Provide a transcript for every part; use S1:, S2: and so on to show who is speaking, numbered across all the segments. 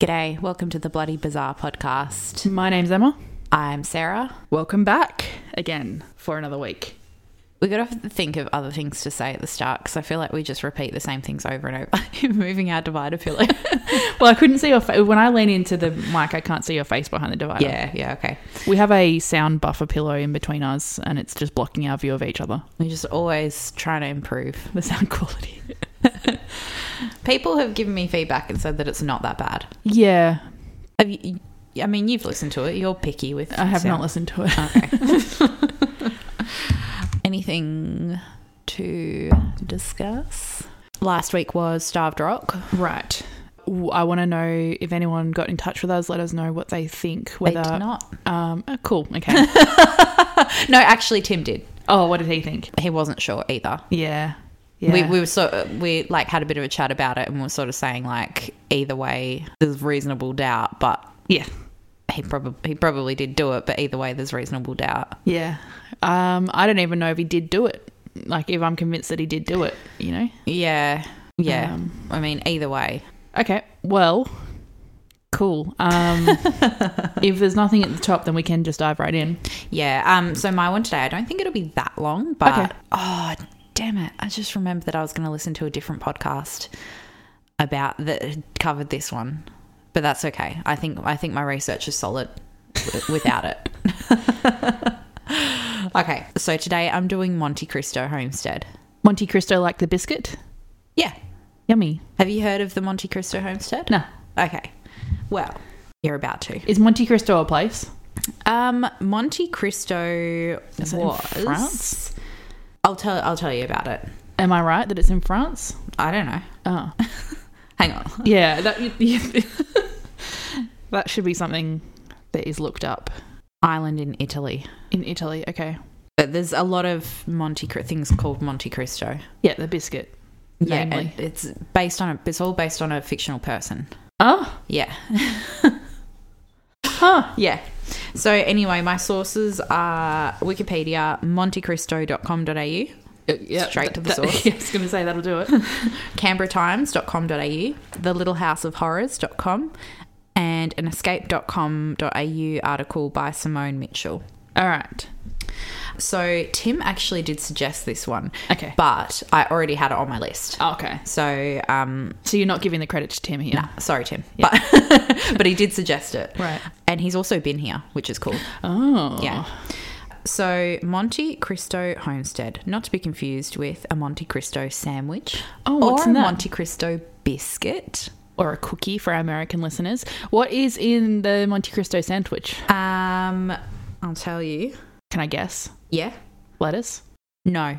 S1: G'day, welcome to the Bloody Bizarre podcast.
S2: My name's Emma.
S1: I'm Sarah.
S2: Welcome back again for another week.
S1: We got to think of other things to say at the start because I feel like we just repeat the same things over and over, moving our divider pillow.
S2: Well, I couldn't see your face. When I lean into the mic, I can't see your face behind the divider.
S1: yeah, yeah, okay.
S2: We have a sound buffer pillow in between us and it's just blocking our view of each other.
S1: We're just always trying to improve.
S2: The sound quality.
S1: People have given me feedback and said that it's not that bad.
S2: Yeah,
S1: Have you, I mean, you've listened to it. You're picky with.
S2: I have not
S1: sound.
S2: listened to it.
S1: Anything to discuss? Last week was Starved Rock.
S2: Right. Ooh, I want to know if anyone got in touch with us. Let us know what they think. Whether
S1: they did not.
S2: Um, oh, cool. Okay.
S1: No, actually, Tim did.
S2: oh, what did he think?
S1: He wasn't sure either.
S2: Yeah. Yeah.
S1: We, we were so we like had a bit of a chat about it, and we were sort of saying like either way, there's reasonable doubt, but
S2: yeah.
S1: he probably he probably did do it, but either way, there's reasonable doubt.
S2: Yeah. Um, I don't even know if he did do it. Like, if I'm convinced that he did do it, you know?
S1: Yeah, yeah.
S2: Um,
S1: I mean, either way,
S2: Okay. Well, cool. Um, if there's nothing at the top, then we can just dive right in.
S1: yeah. Um, so my one today, I don't think it'll be that long, but
S2: Okay.
S1: oh damn it, I just remembered that I was going to listen to a different podcast about that covered this one, but that's okay. I think I think my research is solid w- without it. okay, so today I'm doing Monte Cristo Homestead.
S2: Monte Cristo like the biscuit?
S1: Yeah,
S2: Yummy.
S1: have you heard of the Monte Cristo Homestead?
S2: No.
S1: Okay, well, you're about to.
S2: Is Monte Cristo a place?
S1: Um, Monte Cristo
S2: Is it in
S1: was
S2: France?
S1: I'll tell. I'll tell you about it.
S2: Am I right that it's in France?
S1: I don't know.
S2: Oh.
S1: Hang on.
S2: Yeah. That, that should be something that is looked up
S1: Island in Italy.
S2: in Italy. Okay.
S1: But there's a lot of Monte Cri- things called Monte Cristo.
S2: Yeah, the biscuit.
S1: Yeah,
S2: Namely.
S1: and it's based on a. It's all based on a fictional person.
S2: Oh,
S1: Yeah,
S2: huh.
S1: yeah. So anyway, my sources are Wikipedia, montecristo.com.au,
S2: Uh, Yeah,
S1: Straight to the
S2: that-
S1: source.
S2: Yeah, I was going to say that'll do it.
S1: canberratimes.com.au, thelittlehouseofhorrors.com, and an escape.com.au article by Simone Mitchell.
S2: All right.
S1: So Tim actually did suggest this one,
S2: Okay. Oh.
S1: but I already had it on my list.
S2: okay.
S1: So um,
S2: So you're not giving the credit to Tim here.
S1: nah, sorry, Tim, but but he did suggest it,
S2: Right.
S1: and he's also been here, which is cool.
S2: Oh.
S1: Yeah. So Monte Cristo Homestead, not to be confused with a Monte Cristo sandwich
S2: Oh, what's
S1: or
S2: in
S1: a
S2: that?
S1: Monte Cristo biscuit.
S2: Or a cookie for our American listeners. What is in the Monte Cristo sandwich?
S1: Um, I'll tell you.
S2: Can I guess?
S1: Yeah.
S2: Lettuce?
S1: No.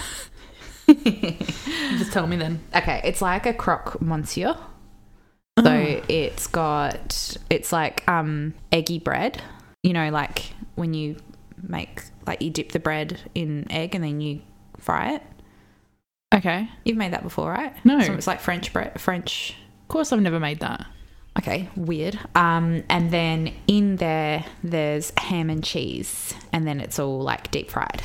S2: Just tell me then.
S1: Okay, it's like a croque monsieur.
S2: Oh,
S1: So it's got it's like um eggy bread. You know, like when you make like you dip the bread in egg and then you fry it.
S2: Okay.
S1: You've made that before, right?
S2: No.
S1: So it's like French bread French
S2: Of course, I've never made that.
S1: Okay, weird. Um, and then in there, there's ham and cheese, and then it's all like deep fried.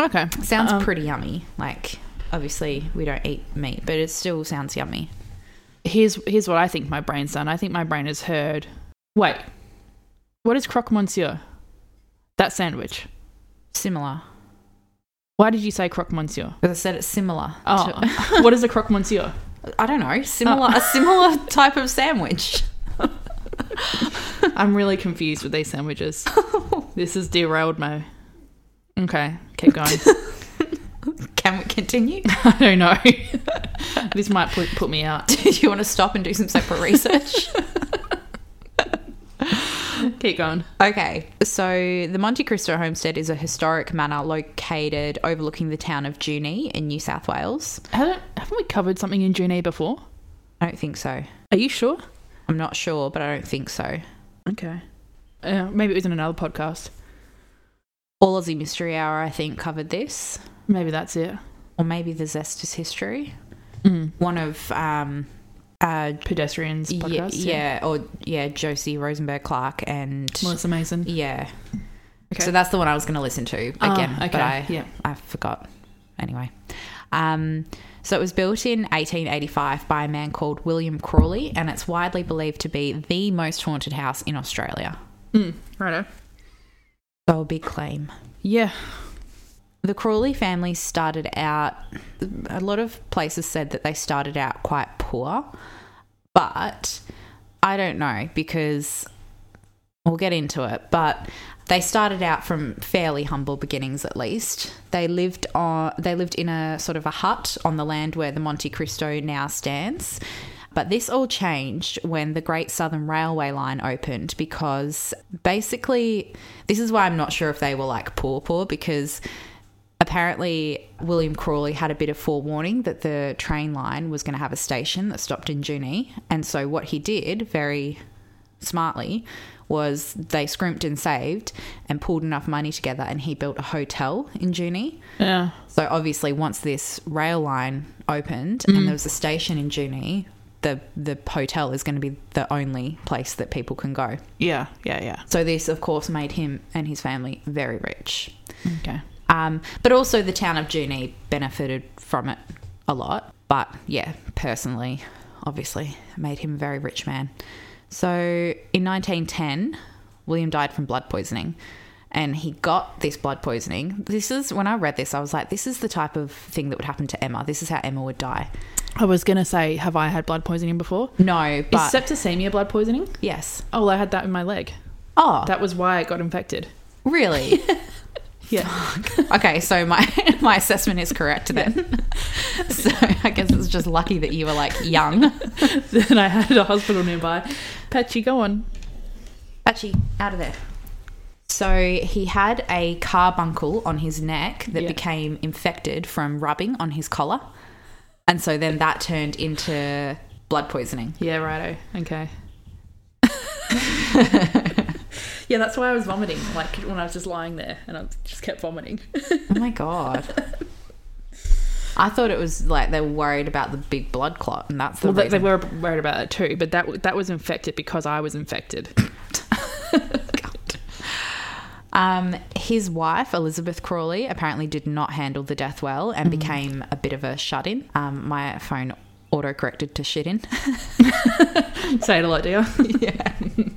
S2: Okay.
S1: Sounds
S2: Um,
S1: pretty yummy. Like, obviously, we don't eat meat, but it still sounds yummy.
S2: Here's here's what I think my brain's done. I think my brain has heard. Wait. What is croque monsieur? That sandwich.
S1: Similar.
S2: Why did you say croque monsieur?
S1: Because I said it's similar.
S2: Oh. what is a croque monsieur?
S1: to- I don't know. Similar. A similar type of sandwich.
S2: I'm really confused with these sandwiches. this has derailed my. Okay, keep going.
S1: Can we continue?
S2: I don't know. this might put, put me out.
S1: do you want to stop and do some separate research?
S2: Keep going.
S1: Okay, so the Monte Cristo homestead is a historic manor located overlooking the town of Junee in New South Wales.
S2: Haven't, haven't we covered something in June before?
S1: I don't think so.
S2: Are you sure?
S1: I'm not sure, but I don't think so.
S2: Okay. Uh, maybe it was in another podcast.
S1: All Aussie Mystery Hour, I think, covered this,
S2: Maybe that's it.
S1: or maybe the Zest is History.
S2: Mm.
S1: One of, um, uh,
S2: Pedestrians
S1: ye-
S2: podcast.
S1: yeah, or yeah, Josie Rosenberg Clark, and
S2: Melissa Mason.
S1: yeah.
S2: Okay.
S1: So that's the one I was going to listen to again,
S2: Ah,
S1: but I
S2: yeah.
S1: I forgot. Anyway, Um, so it was built in 1885 by a man called William Crawley, and it's widely believed to be the most haunted house in Australia.
S2: Mm, righto.
S1: So a big claim.
S2: Yeah.
S1: The Crawley family started out, a lot of places said that they started out quite poor, but I don't know because we'll get into it. But they started out from fairly humble beginnings, at least. They lived on, they lived in a sort of a hut on the land where the Monte Cristo now stands. But this all changed when the Great Southern Railway line opened because basically, this is why I'm not sure if they were like poor, poor, because apparently William Crawley had a bit of forewarning that the train line was going to have a station that stopped in Junee. And so, what he did very smartly was they scrimped and saved and pulled enough money together and he built a hotel in Junee.
S2: Yeah.
S1: So obviously, once this rail line opened and there was a station in Junee, the the hotel is going to be the only place that people can go.
S2: Yeah. Yeah. Yeah.
S1: So this, of course, made him and his family very rich.
S2: Okay.
S1: Um, but also, the town of Junee benefited from it a lot. But yeah, personally, obviously, it made him a very rich man. So in 1910, William died from blood poisoning. And he got this blood poisoning. This is when I read this, I was like, this is the type of thing that would happen to Emma. This is how Emma would die.
S2: I was gonna say, have I had blood poisoning before?
S1: No, but
S2: Is septicemia blood poisoning?
S1: yes.
S2: Oh, well, I had that in my leg.
S1: Oh,
S2: That was why it got infected.
S1: really?
S2: Yeah.
S1: okay, so my my assessment is correct then. so I guess it's just lucky that you were like young.
S2: then I had a hospital nearby. Patchy, go on.
S1: Actually, out of there. So he had a carbuncle on his neck that
S2: Yeah.
S1: became infected from rubbing on his collar. And so then that turned into blood poisoning.
S2: Yeah, righto. Okay. yeah, that's why I was vomiting. Like when I was just lying there and I just kept vomiting.
S1: Oh my god. I thought it was like they were worried about the big blood clot and that's the
S2: well, they, they
S1: reason.
S2: were worried about that too, but that w- that was infected because I was infected.
S1: Um, his wife, Elizabeth Crawley, apparently did not handle the death well and
S2: Mm-hmm.
S1: became a bit of a shut in. Um, my phone auto corrected to shit in.
S2: Say it a lot, do you?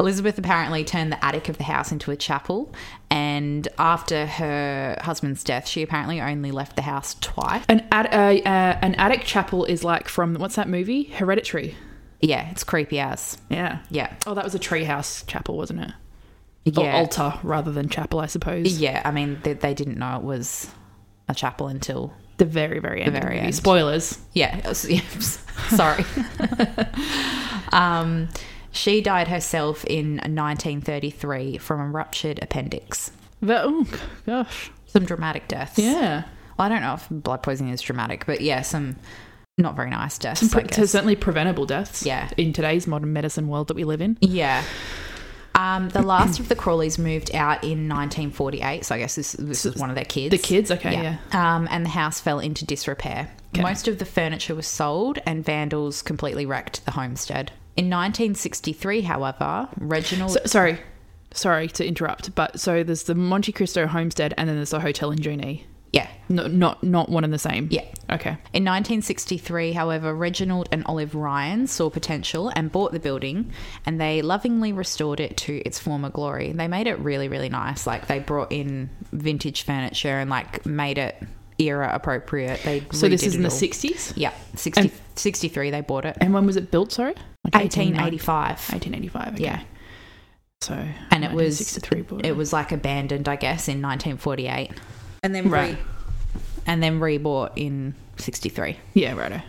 S1: Elizabeth apparently turned the attic of the house into a chapel. And after her husband's death, she apparently only left the house twice.
S2: An ad- uh, uh, an attic chapel is like from what's that movie? Hereditary.
S1: Yeah, it's creepy as.
S2: Yeah.
S1: Yeah.
S2: Oh, that was a treehouse chapel, wasn't it? Or
S1: Yeah.
S2: altar rather than chapel, I suppose.
S1: yeah, I mean, they, they didn't know it was a chapel until.
S2: The very, very end. of
S1: very
S2: movie.
S1: end.
S2: Spoilers.
S1: Yeah, it was- yeah, sorry. um, she died herself in 1933 from a ruptured appendix.
S2: But, oh g- gosh.
S1: Some dramatic deaths.
S2: Yeah.
S1: Well, I don't know if blood poisoning is dramatic, but yeah, some not very nice deaths.
S2: Some
S1: I
S2: pre-
S1: guess.
S2: so certainly preventable deaths.
S1: Yeah.
S2: In today's modern medicine world that we live in.
S1: Yeah. Um, the last of the Crawleys moved out in 1948, so I guess this, this is one of their kids.
S2: The kids, okay, yeah.
S1: Um, and the house fell into disrepair. Most of the furniture was sold, and vandals completely wrecked the homestead. In 1963, however, Reginald.
S2: So, sorry. Sorry to interrupt, but so there's the Monte Cristo homestead and then there's the hotel in Junee.
S1: yeah.
S2: No, not not one and the same.
S1: Yeah.
S2: Okay.
S1: In 1963, however, Reginald and Olive Ryan saw potential and bought the building, and they lovingly restored it to its former glory. They made it really, really nice. Like they brought in vintage furniture and like made it era appropriate. They
S2: So this
S1: redid
S2: is in
S1: it
S2: the
S1: all.
S2: 60s?
S1: yeah 60, 63. They bought it
S2: And when was it built, sorry? Like 1890.
S1: 1885.
S2: 1885. Okay.
S1: Yeah,
S2: So
S1: and it was
S2: 1963 bought
S1: it was like abandoned, I guess, in 1948, and then
S2: Right.
S1: and then rebought in 63.
S2: Yeah, righto.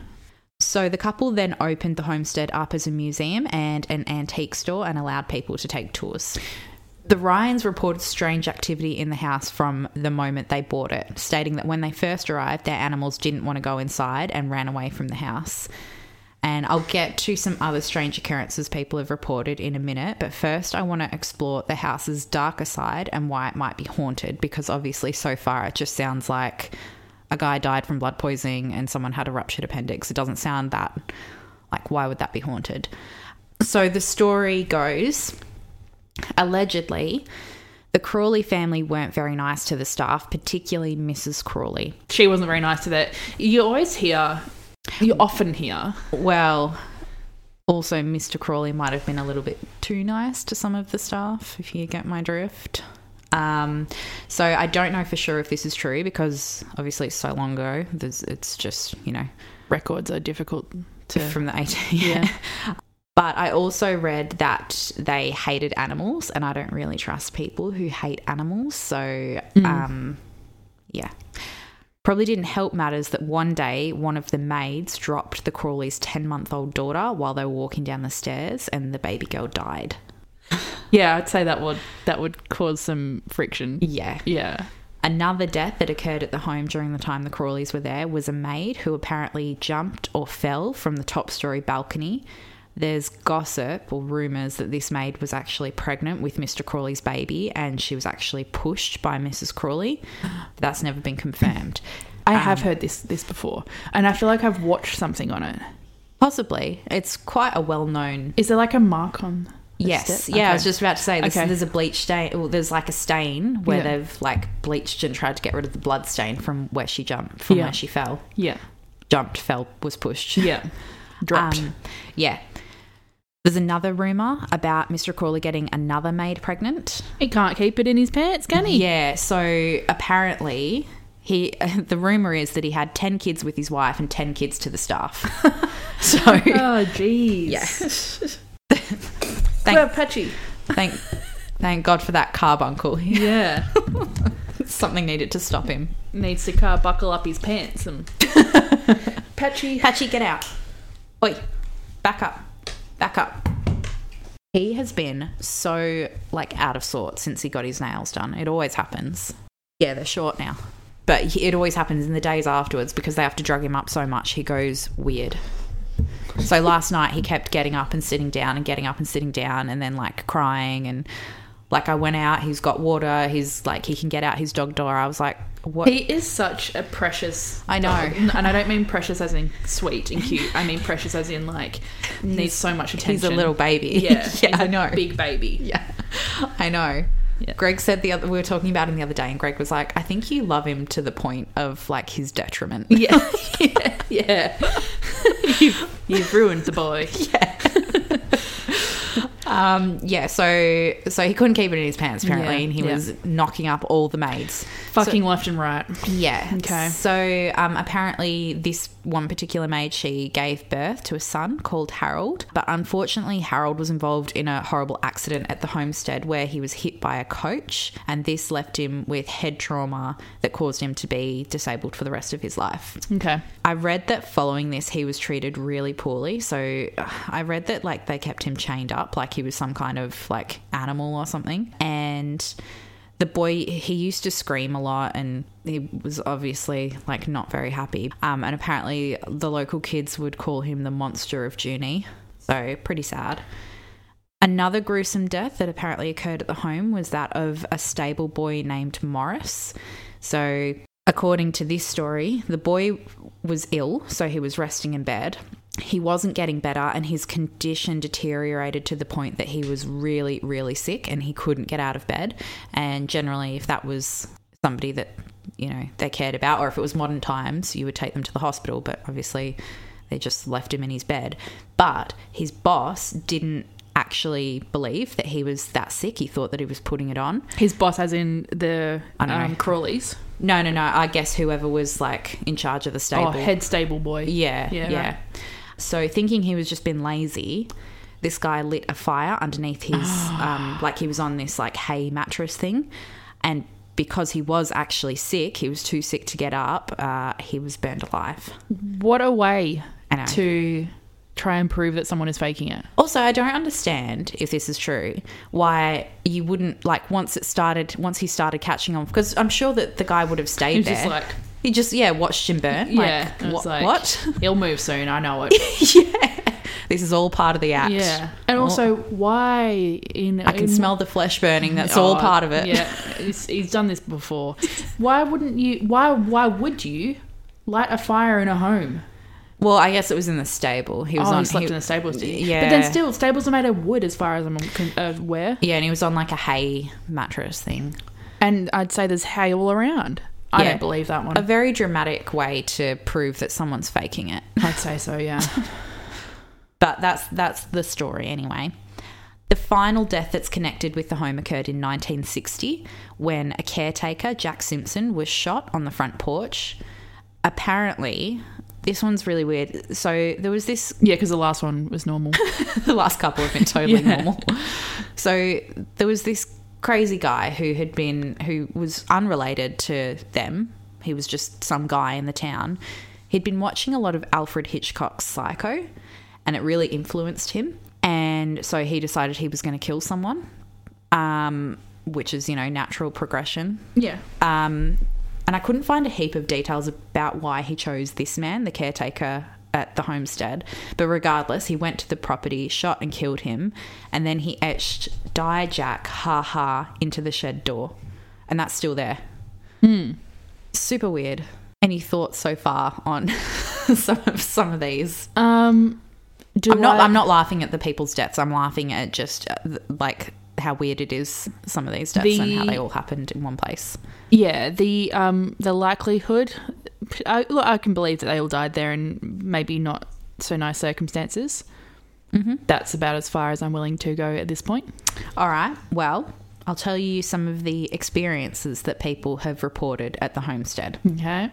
S1: So the couple then opened the homestead up as a museum and an antique store and allowed people to take tours. The Ryans reported strange activity in the house from the moment they bought it, stating that when they first arrived, their animals didn't want to go inside and ran away from the house. And I'll get to some other strange occurrences people have reported in a minute, but first I want to explore the house's darker side and why it might be haunted, because obviously so far it just sounds like a guy died from blood poisoning and someone had a ruptured appendix. It doesn't sound that like why would that be haunted? So the story goes allegedly the The Crawley family weren't very nice to the staff, particularly Mrs. Crawley.
S2: She wasn't very nice to that. You always hear, you often hear,
S1: Well, also, Mr. Crawley might have been a little bit too nice to some of the staff, if you get my drift. Um, so I don't know for sure if this is true because obviously it's so long ago. There's, it's just, you know,
S2: records are difficult to.
S1: from the 18. Yeah.
S2: Yeah.
S1: But I also read that they hated animals, and I don't really trust people who hate animals. So, um, yeah. Probably didn't help matters that one day one of the maids dropped the Crawley's 10 month old daughter while they were walking down the stairs, and the baby girl died.
S2: yeah, I'd say that would that would cause some friction.
S1: Yeah.
S2: Yeah.
S1: Another death that occurred at the home during the time the Crawleys were there was a maid who apparently jumped or fell from the top story balcony. There's gossip or rumours that this maid was actually pregnant with Mr. Crawley's baby and she was actually pushed by Mrs. Crawley. That's never been confirmed. Uh,
S2: I
S1: Um,
S2: have heard this this before, and I feel like I've watched something on it.
S1: Possibly. It's quite a well known.
S2: Is there like a mark on? the
S1: Yes.
S2: step?
S1: Yeah, I
S2: Okay.
S1: was just about to say this,
S2: Okay.
S1: there's a bleach stain. Well, there's like a stain where
S2: Yeah.
S1: they've like bleached and tried to get rid of the blood stain from where she jumped, from
S2: Yeah.
S1: where she fell.
S2: Yeah.
S1: Jumped, fell, was pushed.
S2: Yeah. Dropped.
S1: Um, yeah. There's another rumor about Mr. Crawley getting another maid pregnant.
S2: he can't keep it in his pants, can he?
S1: Yeah, so apparently he the rumor is that he had 10 kids with his wife and 10 kids to the staff. so
S2: Oh, jeez.
S1: Yeah.
S2: Well, Patchy.
S1: thank thank God for that carbuncle.
S2: Yeah.
S1: Something needed to stop him.
S2: Needs to car buckle up his pants and. Patchy.
S1: Patchy, get out. Oi, back up. Back up. He has been so like out of sorts since he got his nails done. It always happens. Yeah, they're short now. But he- it always happens in the days afterwards because they have to drug him up so much he goes weird. So last night he kept getting up and sitting down and getting up and sitting down and then like crying and like I went out, he's got water, he's like he can get out his dog door. I was like, what
S2: He is such a precious.
S1: I know.
S2: dog. N- And I don't mean precious as in sweet and cute. I mean precious as in like needs so much attention.
S1: he's a little baby.
S2: Yeah.
S1: yeah,
S2: he's
S1: I
S2: a
S1: know.
S2: Big baby.
S1: Yeah, I know.
S2: Yeah.
S1: Greg said the other we were talking about him the other day, and Greg was like, "I think you love him to the point of like his detriment."
S2: Yeah. yeah. Yeah. you've, you've ruined the boy.
S1: Um, yeah. So, so he couldn't keep it in his pants apparently,
S2: Yeah,
S1: and he
S2: yeah.
S1: was knocking up all the maids.
S2: Fucking left and right.
S1: Yeah.
S2: Okay.
S1: So um, apparently, this one particular maid, she gave birth to a son called Harold. But unfortunately, Harold was involved in a horrible accident at the homestead where he was hit by a coach, and this left him with head trauma that caused him to be disabled for the rest of his life.
S2: Okay.
S1: I read that following this, he was treated really poorly. So uh, I read that like they kept him chained up, like he was some kind of like animal or something. And the boy, he used to scream a lot and he was obviously like not very happy. Um, and apparently the local kids would call him the monster of Junie. So pretty sad. Another gruesome death that apparently occurred at the home was that of a stable boy named Morris. So, according to this story, the boy was ill, so he was resting in bed. He wasn't getting better, and his condition deteriorated to the point that he was really, really sick and he couldn't get out of bed. And generally, if that was somebody that, you know, they cared about, or if it was modern times, you would take them to the hospital, but obviously they just left him in his bed. But his boss didn't actually believe that he was that sick. He thought that he was putting it on.
S2: His boss, as in the
S1: I don't know.
S2: um, Crawleys.
S1: No, no, no. I guess whoever was like in charge of the stable.
S2: Oh, head stable boy.
S1: Yeah,
S2: Yeah,
S1: yeah.
S2: right.
S1: So thinking he was just been lazy, this guy lit a fire underneath his um, like he was on this like hay mattress thing, and because he was actually sick, he was too sick to get up. Uh, he was burned alive.
S2: What a way
S1: I know.
S2: to try and prove that someone is faking it.
S1: Also, I don't understand if this is true. Why you wouldn't like once it started? Once he started catching on, because I'm sure that the guy would have stayed
S2: He's
S1: there.
S2: just like,
S1: he just yeah watched him burn.
S2: yeah.
S1: like,
S2: And
S1: wha-
S2: it's like,
S1: what?
S2: He'll move soon. I know it.
S1: This is all part of the act.
S2: yeah. And also, why in
S1: I can
S2: in-
S1: smell the flesh burning. That's all
S2: Oh,
S1: part of it.
S2: Yeah, he's, he's done this before. Why wouldn't you? Why why would you light a fire in a home?
S1: Well, I guess it was in the stable. He was
S2: oh,
S1: on.
S2: he slept
S1: he-
S2: in the stables, did he?
S1: Yeah.
S2: But then still, stables are made of wood, as far as I'm con- uh, aware.
S1: yeah, and he was on like a hay mattress thing.
S2: And I'd say there's hay all around. I
S1: Yeah.
S2: don't believe that one.
S1: A very dramatic way to prove that someone's faking it.
S2: I'd say so, yeah.
S1: But that's that's the story anyway. The final death that's connected with the home occurred in 1960 when a caretaker, Jack Simpson, was shot on the front porch. Apparently, this one's really weird. So there was this
S2: yeah, because the last one was normal.
S1: the last couple have been totally
S2: Yeah.
S1: normal. So there was this crazy guy who had been who was unrelated to them. He was just some guy in the town. He'd been watching a lot of Alfred Hitchcock's Psycho and it really influenced him. And so he decided he was going to kill someone. Um which is, you know, natural progression
S2: yeah.
S1: um, and I couldn't find a heap of details about why he chose this man, the caretaker at the homestead. But regardless, he went to the property, shot and killed him, and then he etched Die Jack, ha ha, into the shed door. And that's still there.
S2: Hmm.
S1: Super weird. Any thoughts so far on some of some of these?
S2: Um, do
S1: I'm not.
S2: I-
S1: I'm not laughing at the people's deaths. I'm laughing at just uh, th- like how weird it is. Some of these deaths and how
S2: The-
S1: they all happened in one place.
S2: Yeah, the um the likelihood. I, look, I can believe that they all died there in maybe not so nice circumstances. Mm-hmm. That's about as far as I'm willing to go at this point.
S1: All right. Well, I'll tell you some of the experiences that people have reported at the homestead.
S2: Okay.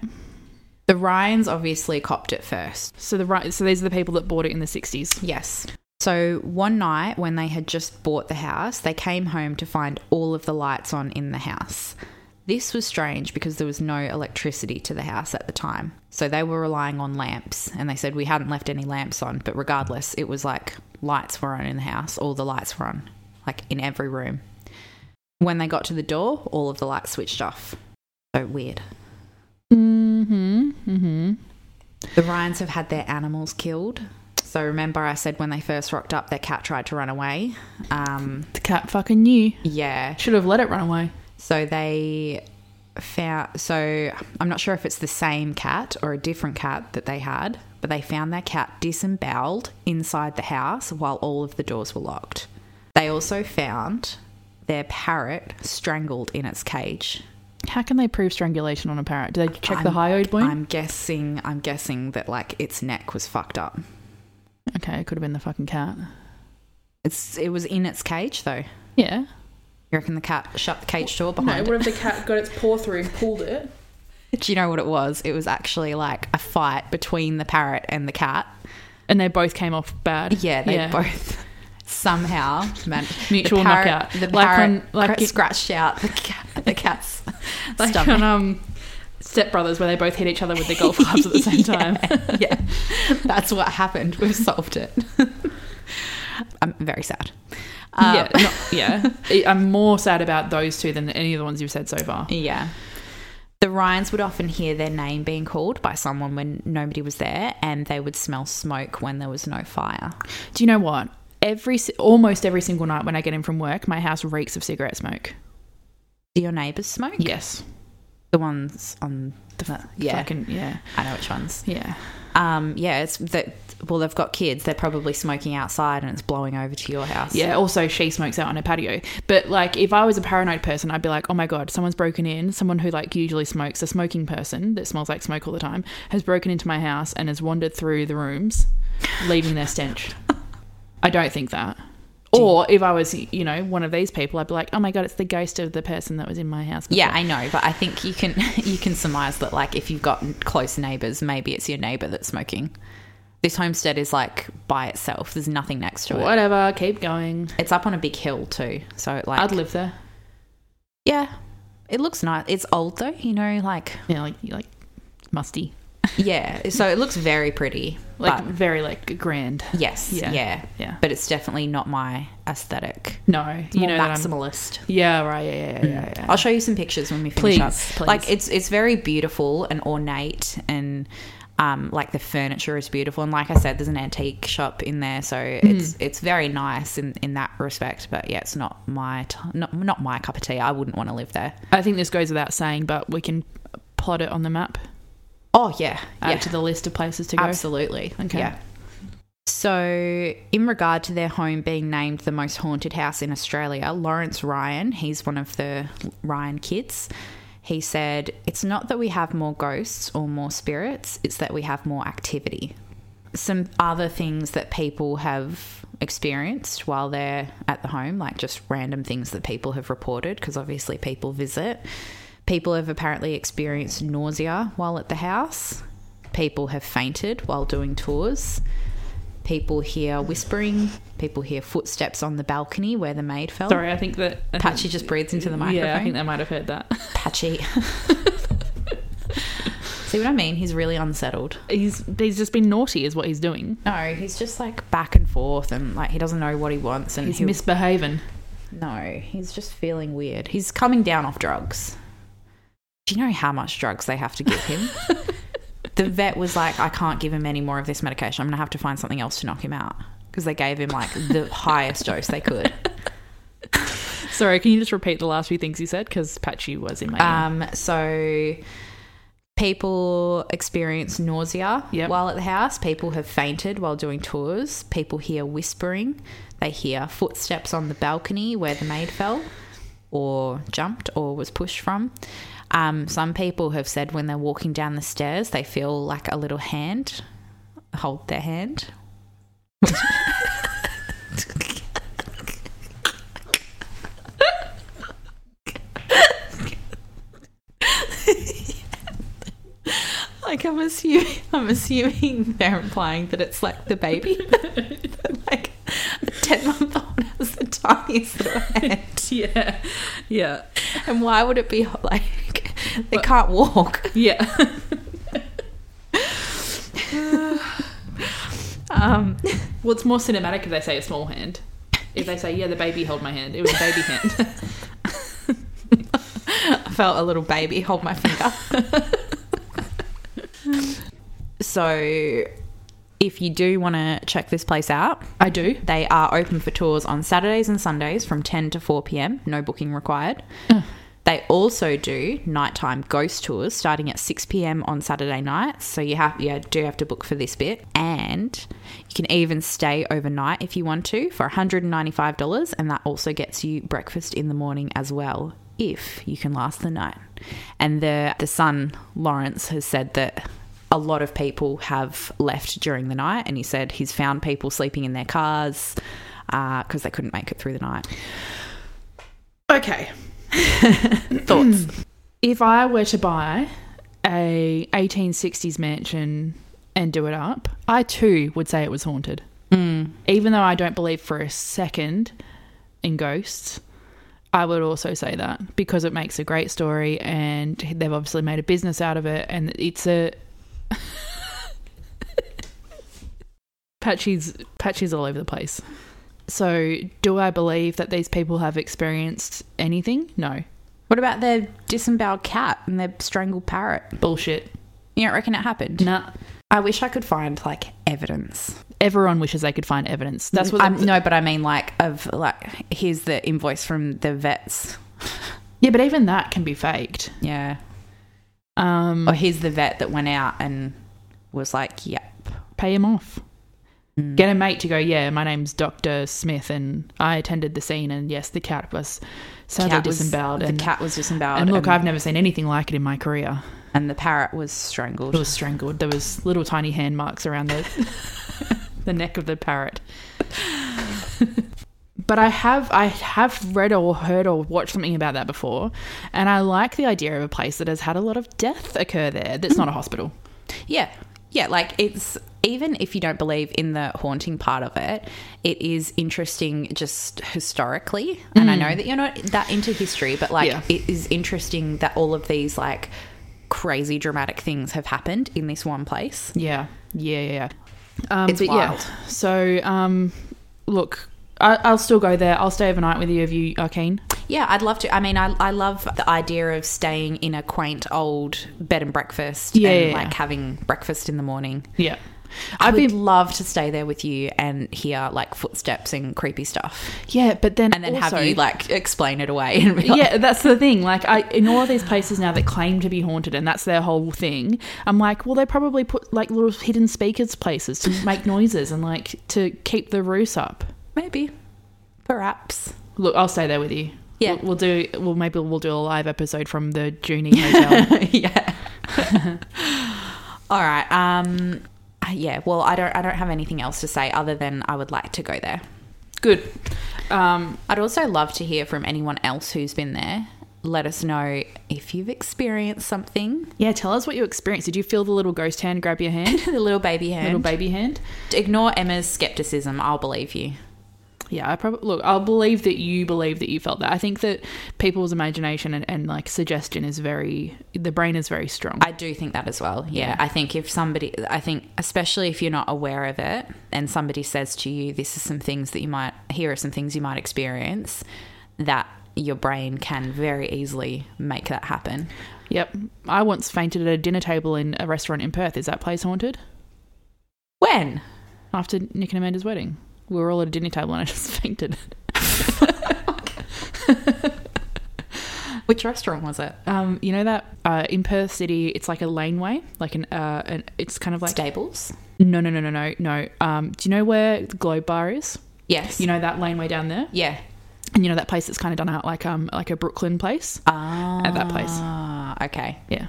S1: The Ryans obviously copped it first.
S2: So the right. So these are the people that bought it in the '60s.
S1: Yes. So one night when they had just bought the house, they came home to find all of the lights on in the house. This was strange because there was no electricity to the house at the time. So they were relying on lamps and they said we hadn't left any lamps on, but regardless, it was like lights were on in the house, all the lights were on, like in every room. When they got to the door, all of the lights switched off. So weird.
S2: Mm-hmm. Mm-hmm.
S1: The Ryans have had their animals killed. So remember, I said when they first rocked up, their cat tried to run away. Um,
S2: The cat fucking knew.
S1: yeah.
S2: Should have let it run away.
S1: So they found. So I'm not sure if it's the same cat or a different cat that they had, but they found their cat disemboweled inside the house while all of the doors were locked. They also found their parrot strangled in its cage.
S2: How can they prove strangulation on a parrot? Do they check the
S1: I'm-
S2: hyoid bone?
S1: I'm guessing. I'm guessing that like its neck was fucked up.
S2: okay, it could have been the fucking cat.
S1: It's. It was in its cage though.
S2: Yeah.
S1: You reckon the cat shut the cage door behind
S2: if the cat got its paw through and pulled it?
S1: it? Do you know what it was? It was actually like a fight between the parrot and the cat.
S2: And they both came off bad.
S1: Yeah, they both somehow managed
S2: Mutual
S1: the parrot,
S2: knockout.
S1: The
S2: Like
S1: parrot
S2: on- like
S1: cr-
S2: it-
S1: scratched out the, cat, the cat's
S2: like
S1: stomach.
S2: on um, Step Brothers, where they both hit each other with the golf clubs at the same time.
S1: yeah, that's what happened. We've solved it. I'm very sad. Um,
S2: yeah, not- yeah. I- I'm more sad about those two than any of the ones you've said so far.
S1: Yeah. The Ryans would often hear their name being called by someone when nobody was there, and they would smell smoke when there was no fire.
S2: Do you know what? Every si- almost every single night when I get in from work, my house reeks of cigarette smoke.
S1: Do your neighbours smoke?
S2: Yes,
S1: The ones on the yeah,
S2: Fucking- Uh, yeah,
S1: I know which ones.
S2: yeah.
S1: Um, yeah, it's that. Well, they've got kids. They're probably smoking outside, and it's blowing over to your house.
S2: Yeah, also she smokes out on her patio. But like if I was a paranoid person, I'd be like, Oh my god, someone's broken in, someone who like usually smokes, a smoking person that smells like smoke all the time, has broken into my house and has wandered through the rooms, leaving their stench. I don't think that. Or if I was, you know, one of these people, I'd be like, Oh my god, it's the ghost of the person that was in my house.
S1: yeah, I know, but I think you can you can surmise that like if you've got close neighbours, maybe it's your neighbour that's smoking. This homestead is like by itself. There's nothing next to it.
S2: Whatever, keep going.
S1: It's up on a big hill too, so like
S2: I'd live there.
S1: yeah, it looks nice. It's old though, you know, like
S2: Yeah, like like musty.
S1: yeah. So it looks very pretty,
S2: Like
S1: but
S2: very like grand.
S1: yes,
S2: Yeah.
S1: yeah,
S2: Yeah.
S1: but it's definitely not my aesthetic.
S2: No,
S1: It's
S2: you
S1: more
S2: know that I'm-
S1: maximalist.
S2: Yeah, right, yeah, yeah, yeah, yeah, yeah.
S1: I'll show you some pictures when we finish
S2: Please,
S1: up.
S2: please.
S1: Like it's it's very beautiful and ornate and um, like the furniture is beautiful and like I said, there's an antique shop in there, so
S2: Hmm.
S1: it's it's very nice in, in that respect. But yeah, it's not my t- not not my cup of tea. I wouldn't want to live there.
S2: I think this goes without saying, but we can plot it on the map.
S1: Oh yeah,
S2: add
S1: yeah,
S2: to the list of places to go?
S1: absolutely.
S2: Okay.
S1: Yeah. So, in regard to their home being named the most haunted house in Australia, Lawrence Ryan, he's one of the Ryan kids, he said, It's not that we have more ghosts or more spirits, it's that we have more activity. Some other things that people have experienced while they're at the home, like just random things that people have reported, because obviously people visit. People have apparently experienced nausea while at the house. People have fainted while doing tours. People hear whispering. People hear footsteps on the balcony where the maid fell.
S2: Sorry, I think that I
S1: Patchy just breathes into the
S2: think-
S1: microphone.
S2: Yeah, I think they might have heard that.
S1: Patchy. See what I mean? He's really unsettled.
S2: He's he's just been naughty, is what he's doing.
S1: No, he's just like back and forth and like he doesn't know what he wants and
S2: He's
S1: he'll-
S2: misbehaving.
S1: No, he's just feeling weird. He's coming down off drugs. Do you know how much drugs they have to give him? the vet was like, I can't give him any more of this medication. I'm going to have to find something else to knock him out because they gave him like the highest dose they could.
S2: Sorry, can you just repeat the last few things you said? Because Patchy was in my. ear.
S1: Um, so people experience nausea
S2: Yep.
S1: while at the house. People have fainted while doing tours. People hear whispering. They hear footsteps on the balcony where the maid fell or jumped or was pushed from. Um, some people have said when they're walking down the stairs, they feel like a little hand hold their hand. Like I'm assuming, I'm assuming they're implying that it's like the baby, like a ten month old has the tiniest little hand.
S2: yeah, yeah,
S1: And why would it be like they can't walk?
S2: yeah.
S1: Um,
S2: Well, it's more cinematic if they say a small hand. If they say, "Yeah, the baby held my hand," it was a baby hand.
S1: I felt a little baby hold my finger. so, if you do want to check this place out,
S2: I do.
S1: they are open for tours on Saturdays and Sundays from 10 to 4 p.m. No booking required. They also do nighttime ghost tours starting at 6 p.m. on Saturday nights. So you have you do have to book for this bit, and you can even stay overnight if you want to for $195, and that also gets you breakfast in the morning as well if you can last the night. And the the son Lawrence has said that a lot of people have left during the night, and he said he's found people sleeping in their cars because they couldn't make it through the night.
S2: Okay.
S1: Thoughts?
S2: If I were to buy a 1860s mansion and do it up, I too would say it was haunted.
S1: Mm.
S2: Even though I don't believe for a second in ghosts, I would also say that because it makes a great story and they've obviously made a business out of it and it's a Patchy's Patchy's all over the place. So, do I believe that these people have experienced anything? No.
S1: What about their disemboweled cat and their strangled parrot?
S2: Bullshit.
S1: You don't reckon it happened?
S2: Nah.
S1: I wish I could find like evidence.
S2: everyone wishes they could find evidence. That's what.
S1: Mm, I'm, no, but I mean like of like here's the invoice from the vets.
S2: yeah, but even that can be faked.
S1: Yeah,
S2: Um,
S1: or here's the vet that went out and was like, yep.
S2: pay him off.
S1: Hmm.
S2: Get a mate to go. Yeah, my name's Doctor Smith, and I attended the scene. And yes, the cat was sadly
S1: Cat was-
S2: disemboweled.
S1: The
S2: and,
S1: cat was disemboweled.
S2: and look,
S1: and,
S2: I've never seen anything like it in my career.
S1: and the parrot was
S2: It
S1: strangled.
S2: was strangled. There was little tiny hand marks around the the neck of the parrot. but I have I have read or heard or watched something about that before, and I like the idea of a place that has had a lot of death occur there. That's
S1: Hmm.
S2: not a hospital.
S1: Yeah, yeah. Like it's even if you don't believe in the haunting part of it, it is interesting just historically. And I know that you're not that into history, but like
S2: Yeah.
S1: it is interesting that all of these like crazy dramatic things have happened in this one place.
S2: Yeah, yeah, yeah. yeah. Um,
S1: It's
S2: but
S1: wild.
S2: yeah. So, um, look, I, I'll still go there. I'll stay overnight with you if you are keen.
S1: Yeah, I'd love to. I mean, I, I love the idea of staying in a quaint old bed and breakfast
S2: Yeah,
S1: and
S2: yeah,
S1: like
S2: yeah.
S1: having breakfast in the morning.
S2: Yeah.
S1: I
S2: I've
S1: would
S2: been
S1: love to stay there with you and hear like footsteps and creepy stuff,
S2: yeah, but then
S1: and then
S2: also,
S1: have you like explain it away. And be like,
S2: yeah, that's the thing. Like, I in all of these places now that claim to be haunted, and that's their whole thing. I'm like, well, they probably put like little hidden speakers places to make noises and like to keep the roofs up.
S1: maybe, perhaps.
S2: Look, I'll stay there with you.
S1: Yeah.
S2: we'll, we'll do. Well, maybe we'll do a live episode from the Junie Hotel.
S1: yeah. All right. Um. Yeah. Well, I don't. I don't have anything else to say other than I would like to go there.
S2: Good. Um,
S1: I'd also love to hear from anyone else who's been there. Let us know if you've experienced something.
S2: yeah, tell us what you experienced. Did you feel the little ghost hand grab your hand?
S1: the little baby hand.
S2: Little baby hand.
S1: Ignore Emma's skepticism. I'll believe you.
S2: Yeah, I probably look. I'll believe that you believe that you felt that. I think that people's imagination and, and like suggestion is very. The brain is very strong.
S1: I do think that as well. Yeah. I think if somebody, I think, especially if you're not aware of it and somebody says to you, this is some things that you might, here are some things you might experience, that your brain can very easily make that happen.
S2: Yep. I once fainted at a dinner table in a restaurant in Perth. Is that place haunted?
S1: When?
S2: After Nick and Amanda's wedding. We were all at a dinner table and I just fainted.
S1: Which restaurant was it?
S2: Um, you know that uh, in Perth City, it's like a laneway, like an, uh, an it's kind of like
S1: Stables?
S2: no, no, no, no, no, no. Um, do you know where the Globe Bar is?
S1: Yes.
S2: You know that laneway down there,
S1: yeah.
S2: and you know that place that's kind of done out like um like a Brooklyn place.
S1: Ah,
S2: At that place.
S1: Okay.
S2: Yeah,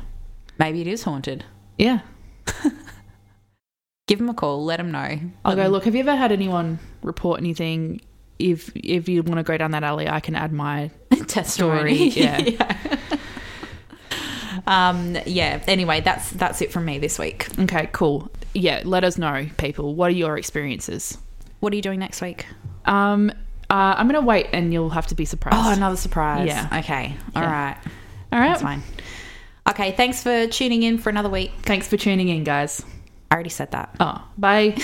S1: Maybe it is haunted.
S2: yeah.
S1: Give them a call. Let them know.
S2: I'll go look. Have you ever had anyone report anything? If if you want to go down that alley, I can add my
S1: Test
S2: story.
S1: story.
S2: Yeah.
S1: Um, yeah. Anyway, that's that's it from me this week.
S2: Okay, cool. Yeah, let us know, people. What are your experiences?
S1: What are you doing next week?
S2: Um, uh, I'm gonna wait, and you'll have to be
S1: Oh,
S2: surprised.
S1: another surprise.
S2: Yeah.
S1: Okay. All right.
S2: Yeah. All right.
S1: That's fine. Okay. Thanks for tuning in for another week.
S2: Thanks for tuning in, guys.
S1: I already said that.
S2: Oh, bye.